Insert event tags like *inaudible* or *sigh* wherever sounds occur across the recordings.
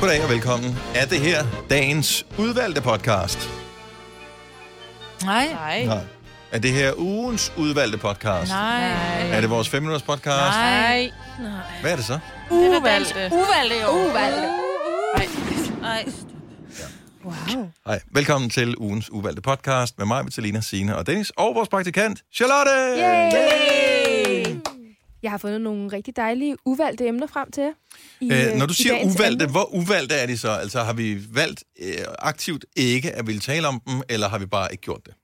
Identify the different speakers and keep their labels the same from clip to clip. Speaker 1: Goddag og velkommen. Er det her dagens udvalgte podcast?
Speaker 2: Nej.
Speaker 1: Nej. Er det her ugens udvalgte podcast?
Speaker 2: Nej.
Speaker 1: Er det vores 5 minutters podcast?
Speaker 2: Nej.
Speaker 1: Hvad er det så?
Speaker 2: Uvalgte. Uvalgte, jo.
Speaker 3: Uvalgte.
Speaker 2: Nej.
Speaker 1: Hej. Velkommen til ugens uvalgte podcast med mig, Vitalina, Sine og Dennis og vores praktikant, Charlotte!
Speaker 3: Yay! Jeg har fundet nogle rigtig dejlige uvalgte emner frem til jer. i,
Speaker 1: Øh, når du
Speaker 3: i
Speaker 1: siger
Speaker 3: dagens
Speaker 1: uvalgte,
Speaker 3: emne.
Speaker 1: hvor uvalgte er de så? Altså har vi valgt øh, aktivt ikke at ville tale om dem, eller har vi bare ikke gjort det?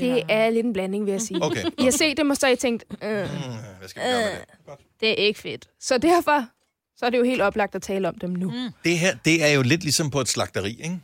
Speaker 3: Det er lidt en blanding, vil jeg Øh, sige.
Speaker 1: Okay,
Speaker 3: I har set dem, og så har I tænkt,
Speaker 1: Mm,
Speaker 3: øh,
Speaker 1: hvad skal vi gøre med det?
Speaker 3: det er ikke fedt. Så derfor, så er det jo helt oplagt at tale om dem nu. Mm.
Speaker 1: Det her, det er jo lidt ligesom på et slagteri, ikke?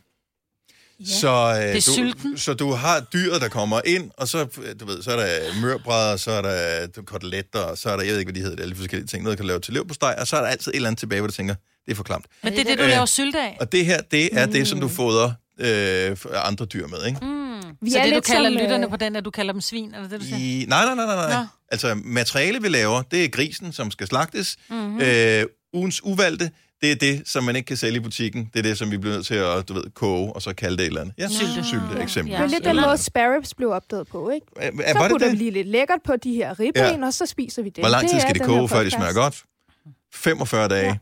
Speaker 1: Ja. Så, øh,
Speaker 2: Det er
Speaker 1: du,
Speaker 2: sylten.
Speaker 1: så du har dyret, der kommer ind, og så, øh, du ved, så er der mørbrædder, så er der øh, koteletter, og så er der, jeg ved ikke, hvad de hedder, alle de forskellige ting, noget, du kan lave til leverpostej, og så er der altid et eller andet tilbage, hvor du tænker, det er for klamt.
Speaker 2: Men det er det, du
Speaker 1: Øh.
Speaker 2: laver sylte af.
Speaker 1: Og det her, det er mm. det, som du fodrer øh, for andre dyr med, ikke? Mm.
Speaker 3: Vi
Speaker 2: Så det, du
Speaker 3: lidt
Speaker 2: kalder
Speaker 3: som, øh,
Speaker 2: lytterne på den, at du kalder dem svin, er det det, du siger?
Speaker 1: I, nej, nej, nej, nej, nej.
Speaker 2: Nå.
Speaker 1: Altså, materiale, vi laver, det er grisen, som skal slagtes. Mm-hmm. Øh, ugens uvalgte, det er det, som man ikke kan sælge i butikken. Det er det, som vi bliver nødt til at, du ved, koge, og så kalde det et eller andet. Ja, sylte, sylte eksempel.
Speaker 3: Det er lidt den måde, sparrows blev opdaget på, ikke?
Speaker 1: Er,
Speaker 3: så
Speaker 1: var det
Speaker 3: putter vi
Speaker 1: det?
Speaker 3: lige lidt lækkert på de her ribben, ja. og så spiser vi det.
Speaker 1: Hvor lang tid
Speaker 3: er
Speaker 1: skal det
Speaker 3: den her
Speaker 1: koge, før det smager
Speaker 3: podcast.
Speaker 1: godt? 45 dage, ja.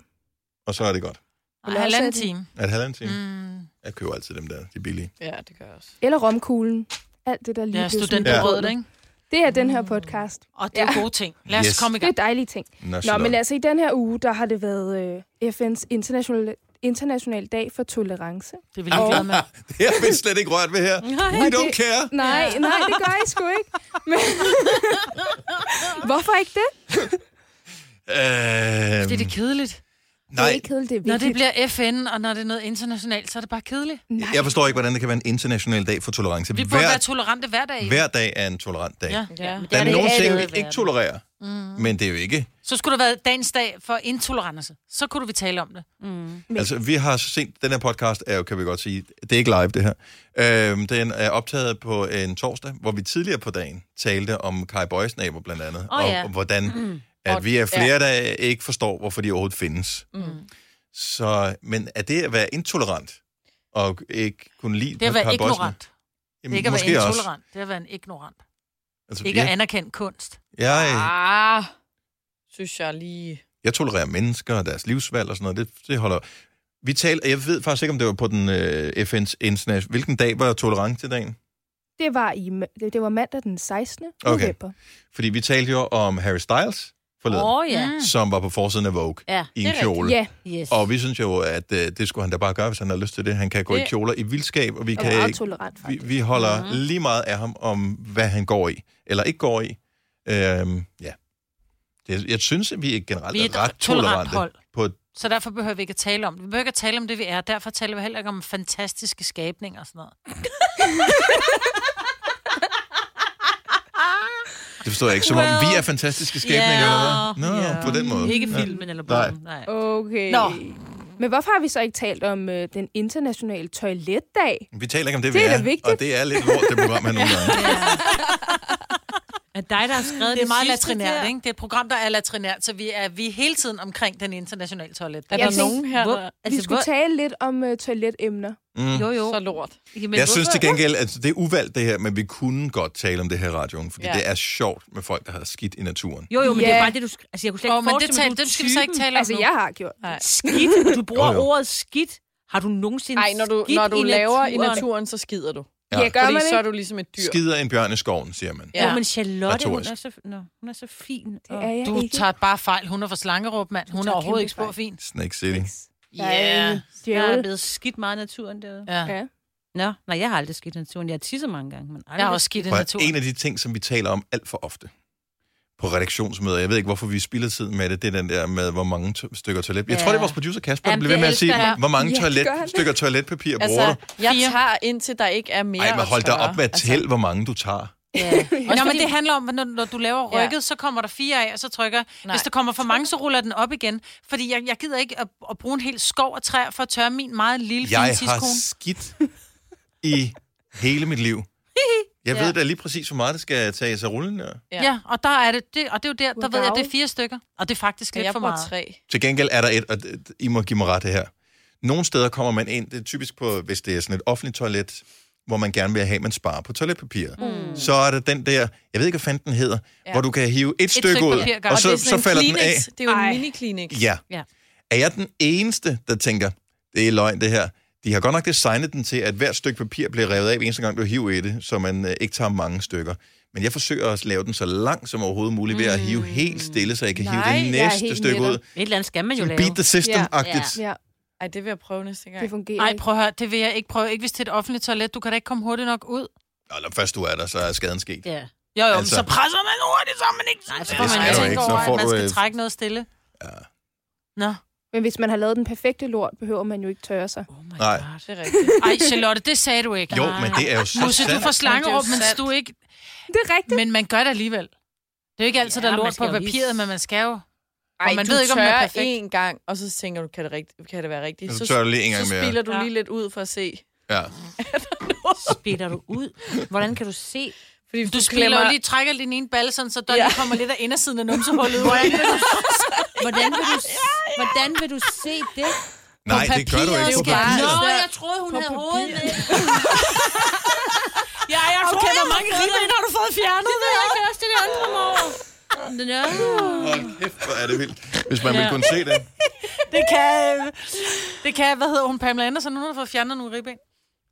Speaker 1: og så er det godt.
Speaker 2: Nej, halvanden time.
Speaker 1: Er det halvanden time? Mm. Jeg køber altid dem der, de er billige.
Speaker 4: Ja, det gør jeg også.
Speaker 3: Eller romkuglen. Alt det, der lige
Speaker 2: Ja,
Speaker 3: blev smidt
Speaker 1: Ja.
Speaker 2: studenterbrødet,
Speaker 3: ud.
Speaker 2: ikke? Oh
Speaker 3: Det er den her podcast.
Speaker 2: Og det er jo gode ting. Lad os
Speaker 1: Yes.
Speaker 2: komme i
Speaker 3: Det er
Speaker 2: gang.
Speaker 3: dejlige ting.
Speaker 1: Nå,
Speaker 3: Nå,
Speaker 1: Charlotte.
Speaker 3: men altså i den her uge, der har det været øh, FN's internationale, internationale dag for tolerance.
Speaker 2: Det vil jeg glade med.
Speaker 1: *laughs* det har vi slet ikke rørt ved her. We don't care.
Speaker 3: Nej, nej, det gør jeg sgu ikke. Men... Hvorfor ikke det?
Speaker 1: Øh,
Speaker 2: Det er det kedeligt.
Speaker 3: Det er
Speaker 1: Øhm, nej,
Speaker 3: ikke kedeligt, det er vigtigt.
Speaker 2: Når det bliver FN, og når det er noget internationalt, så er det bare kedeligt.
Speaker 3: Nej,
Speaker 1: jeg forstår ikke, hvordan det kan være en international dag for tolerance.
Speaker 2: Vi burde være
Speaker 1: hver,
Speaker 2: tolerante hver dag.
Speaker 1: hver dag er en tolerant dag.
Speaker 2: Ja.
Speaker 4: Ja.
Speaker 1: Der er,
Speaker 3: det
Speaker 1: nogle
Speaker 3: ikke
Speaker 1: ting,
Speaker 3: alle
Speaker 1: vi
Speaker 3: i
Speaker 1: ikke tolererer. Mm. Men det er jo ikke...
Speaker 2: Så skulle der være dagens dag for intolerance. Så kunne vi tale om det.
Speaker 3: Men-
Speaker 1: Altså, vi har set... Den her podcast er jo, kan vi godt sige... Det er ikke live, det her. Øhm, den er optaget på en torsdag, hvor vi tidligere på dagen talte om Kai Boys nabo, blandt andet.
Speaker 2: Åh,
Speaker 1: og,
Speaker 2: ja.
Speaker 1: og hvordan mm. at
Speaker 4: Og-
Speaker 1: vi er flere, ja. der ikke forstår, hvorfor de overhovedet findes. Mm. Så, men er det at være intolerant? Og ikke kunne lide
Speaker 2: Det er at være
Speaker 1: Kay Boysen?
Speaker 2: ignorant. Det er
Speaker 1: Jamen,
Speaker 2: ikke at være
Speaker 1: måske også.
Speaker 2: intolerant. Det er at være en ignorant.
Speaker 1: Altså,
Speaker 2: Ikke at
Speaker 1: ja,
Speaker 2: anerkende kunst.
Speaker 1: jeg,
Speaker 4: Ah, synes jeg lige...
Speaker 1: jeg tolererer mennesker og deres livsvalg og sådan noget. Det, det holder... Vi talte, jeg ved faktisk ikke, om det var på den øh, FN's international... Hvilken dag var tolerancedagen?
Speaker 3: det var, i, ma- det det var mandag den 16.
Speaker 1: Okay.
Speaker 3: november.
Speaker 1: Fordi vi talte jo om Harry Styles forleden, oh.
Speaker 4: ja. Mm.
Speaker 1: som var på forsiden af Vogue
Speaker 4: Ja,
Speaker 1: i
Speaker 4: det
Speaker 1: en
Speaker 4: er
Speaker 1: kjole.
Speaker 3: Ja,
Speaker 4: Yes.
Speaker 1: Og vi synes jo, at øh, det skulle han da bare gøre, hvis han har lyst til det. Han kan gå det... i
Speaker 4: Det-
Speaker 1: kjoler i vildskab, og vi,
Speaker 3: og
Speaker 1: kan
Speaker 3: meget
Speaker 1: ikke,
Speaker 3: tolerant
Speaker 1: vi,
Speaker 3: faktisk.
Speaker 1: vi holder mm. lige meget af ham om, hvad han går i, eller ikke går i. Øhm, ja. Det, jeg synes, at vi er generelt
Speaker 2: Vi er
Speaker 1: er
Speaker 2: et
Speaker 1: ret
Speaker 2: tolerant
Speaker 1: tolerante.
Speaker 2: hold.
Speaker 1: På, et-
Speaker 2: Så derfor behøver vi ikke at tale om det. Vi behøver ikke at tale om det, vi er. Derfor taler vi heller ikke om fantastiske skabninger og sådan noget.
Speaker 1: det forstår jeg ikke. Som om
Speaker 2: Well,
Speaker 1: vi er fantastiske skæbninger,
Speaker 2: yeah,
Speaker 1: eller hvad? Nå,
Speaker 2: yeah.
Speaker 1: på den måde.
Speaker 2: Ikke filmen eller
Speaker 1: Nej.
Speaker 2: bogen. Nej.
Speaker 3: Okay.
Speaker 2: Nå.
Speaker 3: Men hvorfor har vi så ikke talt om øh, den internationale toiletdag?
Speaker 1: Vi taler ikke om det,
Speaker 3: Det
Speaker 1: vi
Speaker 3: er da
Speaker 1: er,
Speaker 3: vigtigt.
Speaker 1: og det er lidt lort, det program her nogle gange.
Speaker 5: Er dig, der har skrevet
Speaker 2: Det er meget
Speaker 5: sidste
Speaker 2: latrinært,
Speaker 5: der?
Speaker 2: ikke? Det er et program, der er latrinært, så vi er, vi er hele tiden omkring den internationale toilet.
Speaker 4: Er
Speaker 3: Jeg
Speaker 4: der
Speaker 3: tænkte,
Speaker 4: nogen her,
Speaker 5: Hvor,
Speaker 4: der
Speaker 3: Altså, vi
Speaker 5: altså,
Speaker 3: skulle
Speaker 5: hvor,
Speaker 3: tale lidt om øh, toiletemner.
Speaker 5: jo, jo.
Speaker 4: så lort?
Speaker 5: Jamen,
Speaker 1: Men jeg synes til
Speaker 5: hvorfor-
Speaker 1: gengæld, at det er uvalgt det her, men vi kunne godt tale om det her i radioen, fordi ja.
Speaker 4: Ja.
Speaker 1: det er sjovt med folk, der har skidt i naturen.
Speaker 5: Jo, jo, men det
Speaker 3: Ja.
Speaker 5: er bare det, du... sk- Altså, jeg kunne slet
Speaker 2: Åh,
Speaker 5: ikke
Speaker 2: oh, men det,
Speaker 5: forestille
Speaker 2: tal,
Speaker 5: mig, du er
Speaker 2: det skal vi så ikke
Speaker 5: typen.
Speaker 2: tale om
Speaker 3: Altså,
Speaker 2: nu.
Speaker 3: jeg har gjort det.
Speaker 4: Nej.
Speaker 5: Skidt. Du bruger
Speaker 1: Jo, jo.
Speaker 5: ordet skidt. Har du nogensinde
Speaker 4: Ej, når du,
Speaker 5: skidt
Speaker 4: når du
Speaker 5: i
Speaker 4: laver i
Speaker 5: naturen?
Speaker 4: naturen, så skider du.
Speaker 1: Ja.
Speaker 3: Ja, gør
Speaker 4: Fordi
Speaker 3: man
Speaker 4: så er
Speaker 3: ikke?
Speaker 4: du ligesom et dyr.
Speaker 1: Skider en bjørn i skoven, siger man.
Speaker 4: Ja.
Speaker 5: Jo, men Charlotte, hun
Speaker 1: Retorisk.
Speaker 5: er, så, nå, hun er så fin.
Speaker 3: Det er jeg
Speaker 2: Du
Speaker 3: ikke.
Speaker 2: tager bare fejl. Hun er fra Slangerup, mand. Hun er
Speaker 3: tager
Speaker 2: overhovedet
Speaker 3: kæmpe
Speaker 2: ikke spor
Speaker 3: fejl.
Speaker 2: fin.
Speaker 1: Snake City.
Speaker 3: Jeg er en
Speaker 5: Yeah. Jeg er
Speaker 3: djævel.
Speaker 5: blevet skidt meget i naturen derude.
Speaker 2: Ja.
Speaker 3: Ja.
Speaker 5: Nå, nej, jeg har aldrig skidt i naturen. Jeg har tisset mange gange, men aldrig.
Speaker 2: Jeg har også skidt i
Speaker 1: Prøv,
Speaker 2: naturen.
Speaker 1: en af de ting, som vi taler om alt for ofte på redaktionsmøder, jeg ved ikke, hvorfor vi spilder tid med det, det er den der med, hvor mange to- stykker toilet... Jeg
Speaker 5: Ja.
Speaker 1: tror, det er vores producer Kasper, der
Speaker 5: Jamen,
Speaker 1: bliver ved
Speaker 5: det
Speaker 1: med at sige,
Speaker 5: elsker jeg.
Speaker 1: hvor mange
Speaker 3: Ja, det
Speaker 1: toilet,
Speaker 3: gør han.
Speaker 1: stykker toiletpapir bruger
Speaker 4: Altså,
Speaker 1: du?
Speaker 4: jeg
Speaker 2: Fire.
Speaker 4: tager indtil der ikke er mere
Speaker 1: Ej, men
Speaker 4: at
Speaker 1: hold da
Speaker 4: tørre.
Speaker 1: op med at
Speaker 4: Altså,
Speaker 1: tælle, hvor mange du tager.
Speaker 2: Nå, men
Speaker 5: fordi-
Speaker 2: det handler om, at når, når du laver
Speaker 4: Ja.
Speaker 2: rykket, ja. så kommer der fire af, og så trykker. Nej. Hvis der kommer for mange, så ruller den op igen. Fordi jeg, jeg gider ikke at, at bruge en hel skov af træer for at tørre min meget lille, fine
Speaker 1: Jeg har
Speaker 2: tidskone.
Speaker 1: skidt i hele mit
Speaker 4: *laughs*
Speaker 1: liv. Jeg ved da lige præcis, hvor meget det skal tages af rullen der.
Speaker 2: Ja. ja, og der er det, det, og det er jo der, der ved jeg,
Speaker 3: Wow.
Speaker 2: det er fire stykker. Og det er faktisk
Speaker 4: ja,
Speaker 2: lidt
Speaker 4: jeg
Speaker 2: for
Speaker 4: bruger
Speaker 2: meget.
Speaker 4: tre.
Speaker 1: Til gengæld er der et, og det- I må give mig ret det her. Nogle steder kommer man ind, det er typisk på, hvis det er sådan et offentligt toilet, hvor man gerne vil have, at man sparer på toiletpapiret. Mm. Så er der den der, jeg ved ikke, hvad fanden den hedder, ja. hvor du kan hive et, et stykke,
Speaker 2: stykke
Speaker 1: ud,
Speaker 2: papir ad gangen.
Speaker 1: og
Speaker 2: Og
Speaker 1: så,
Speaker 4: det er
Speaker 1: og
Speaker 4: sådan
Speaker 1: så
Speaker 4: en
Speaker 1: falder den
Speaker 4: Kleenex.
Speaker 1: af.
Speaker 4: Det er jo
Speaker 2: Ej.
Speaker 4: en mini-klinik.
Speaker 1: Ja.
Speaker 5: Ja.
Speaker 1: Er jeg den eneste, der tænker, det er løgn det her? De har godt nok designet den til, at hvert stykke papir bliver revet af, hver eneste gang du hiver i det, så man øh, ikke tager mange stykker. Men jeg forsøger at lave den så lang som overhovedet muligt ved at hive helt stille, så jeg kan
Speaker 3: Nej,
Speaker 1: hive
Speaker 3: jeg
Speaker 1: det
Speaker 3: er
Speaker 1: næste
Speaker 3: helt
Speaker 1: stykke
Speaker 3: med
Speaker 1: ud.
Speaker 5: Et eller andet skal man jo lave.
Speaker 1: Beat the system-agtigt.
Speaker 3: Ja,
Speaker 4: Ej, det vil jeg prøve næste gang.
Speaker 3: det fungerer
Speaker 2: Nej,
Speaker 3: ikke.
Speaker 2: prøv at høre, det vil jeg ikke prøve. Ikke hvis det er et offentligt toilet, du kan da ikke komme hurtigt nok ud.
Speaker 1: Nå, Når først du er der, så er skaden sket.
Speaker 5: Ja.
Speaker 2: Jo, jo,
Speaker 1: Altså-
Speaker 2: altså... så presser man hurtigt, så er man ikke...
Speaker 5: Nej, så
Speaker 2: så
Speaker 5: får
Speaker 2: Altså, man
Speaker 5: Altså,
Speaker 1: jo
Speaker 5: man
Speaker 2: tænker
Speaker 1: ikke, så
Speaker 2: over, at
Speaker 1: får
Speaker 2: man
Speaker 1: du
Speaker 2: skal
Speaker 1: et-
Speaker 2: trække noget stille.
Speaker 1: Ja.
Speaker 2: Nå.
Speaker 3: Men hvis man har lavet den perfekte lort, behøver man jo ikke tørre sig.
Speaker 5: Oh my
Speaker 1: Nej.
Speaker 5: God.
Speaker 4: Det er rigtigt.
Speaker 2: Ej, Charlotte, det sagde du ikke.
Speaker 1: Jo, men det er jo så
Speaker 2: Musse, du
Speaker 1: sandt.
Speaker 2: får slangeråb,
Speaker 4: Men det er jo
Speaker 2: men
Speaker 4: sandt.
Speaker 2: du ikke...
Speaker 3: Det er rigtigt.
Speaker 2: Men man gør det alligevel. Det er jo ikke altid,
Speaker 5: Ja,
Speaker 2: der er
Speaker 5: man
Speaker 2: lort
Speaker 5: skal
Speaker 2: på
Speaker 5: jo lige-
Speaker 2: papiret, men man skal jo.
Speaker 4: Ej,
Speaker 2: man
Speaker 4: man
Speaker 2: ved
Speaker 4: ved
Speaker 2: ikke, om
Speaker 4: du
Speaker 2: den er
Speaker 4: tør
Speaker 2: perfekt.
Speaker 4: en gang, og så tænker du, kan det, rigtigt, kan det være rigtigt?
Speaker 1: Så tør du lige en gang
Speaker 4: så
Speaker 1: mere.
Speaker 4: spiller du
Speaker 2: Ja.
Speaker 4: lige lidt ud for at se.
Speaker 1: Ja.
Speaker 5: Spiller du ud? Hvordan kan du se?
Speaker 4: Fordi
Speaker 2: Du spiller jo lige, trækker din ene balle, sådan, så der
Speaker 4: Ja.
Speaker 2: lige kommer lidt af indersiden af numsehullet ud.
Speaker 5: Hvordan vil du, hvordan vil du se det?
Speaker 1: Nej, det gør du
Speaker 5: papiret
Speaker 1: ikke på
Speaker 5: skal-
Speaker 1: papiret.
Speaker 5: Nå, jeg troede, hun havde hovedet med.
Speaker 2: Ja, jeg tror, okay, hvor mange ribben har du fået fjernet?
Speaker 5: Det er ikke også det andre mor. Nå.
Speaker 1: Hold kæft, hvor er det vildt. Hvis man ville kunne se det.
Speaker 2: Det kan, det kan, hvad hedder hun, Pamela Andersen, hun har fået fjernet nogle ribben.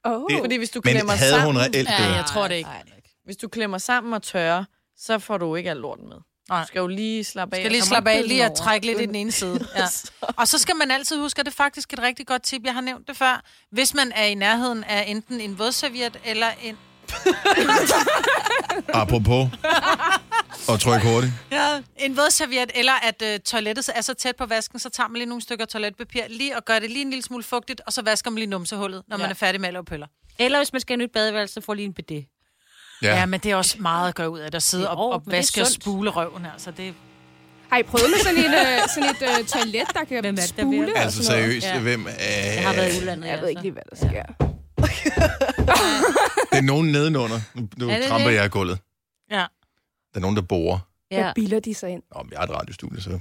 Speaker 3: Oh.
Speaker 1: Det-
Speaker 4: Fordi hvis du
Speaker 1: Men
Speaker 4: klemmer
Speaker 1: havde
Speaker 4: sammen,
Speaker 1: hun reelt
Speaker 2: Ja,
Speaker 1: det?
Speaker 2: jeg tror det ikke.
Speaker 4: Nej, hvis du klemmer sammen og tørrer, så får du ikke al lorten med.
Speaker 2: Nej.
Speaker 4: Du skal jo lige slappe af.
Speaker 2: Skal lige
Speaker 4: og så
Speaker 2: slappe af,
Speaker 4: pille
Speaker 2: lige at
Speaker 4: den over.
Speaker 2: trække lidt *laughs* i den ene side. Ja. Og så skal man altid huske, at det er faktisk et rigtig godt tip, jeg har nævnt det før. Hvis man er i nærheden af enten en vådserviet eller en...
Speaker 1: Apropos. Og tryk hurtigt.
Speaker 2: Ja. En vådserviet, eller at øh, toilettet er så tæt på vasken, så tager man lige nogle stykker toiletpapir lige og gør det lige en lille smule fugtigt, og så vasker man lige numsehullet, når ja. man
Speaker 4: Ja.
Speaker 2: er færdig med at lave pøller.
Speaker 5: Eller hvis man skal have nyt badeværelse, så får lige en bidet.
Speaker 2: Ja. ja, men det er også meget at gøre ud af, at sidde
Speaker 5: Jo,
Speaker 2: og, og
Speaker 5: men det er
Speaker 2: vaske og
Speaker 5: sundt.
Speaker 2: spule røven. Altså, det,
Speaker 3: Har I prøvet med sådan
Speaker 2: *laughs*
Speaker 3: et, øh, sådan et øh, toilet, der kan
Speaker 5: Hvem er det, der
Speaker 3: spule?
Speaker 5: vil?
Speaker 3: og
Speaker 1: Altså
Speaker 3: sådan noget?
Speaker 1: seriøst,
Speaker 5: Ja.
Speaker 1: hvem er...
Speaker 5: Jeg har været i udlandet.
Speaker 3: Jeg ved ikke
Speaker 5: altså.
Speaker 3: lige, hvad der sker.
Speaker 1: Det er nogen nedenunder. Nu, nu
Speaker 5: Er det
Speaker 1: tramper
Speaker 5: det?
Speaker 1: jeg i gulvet.
Speaker 2: ja.
Speaker 1: Der er nogen, der borer.
Speaker 5: Ja.
Speaker 3: Hvad bilder de sig ind?
Speaker 1: Nå, men jeg har et radiostudie, så...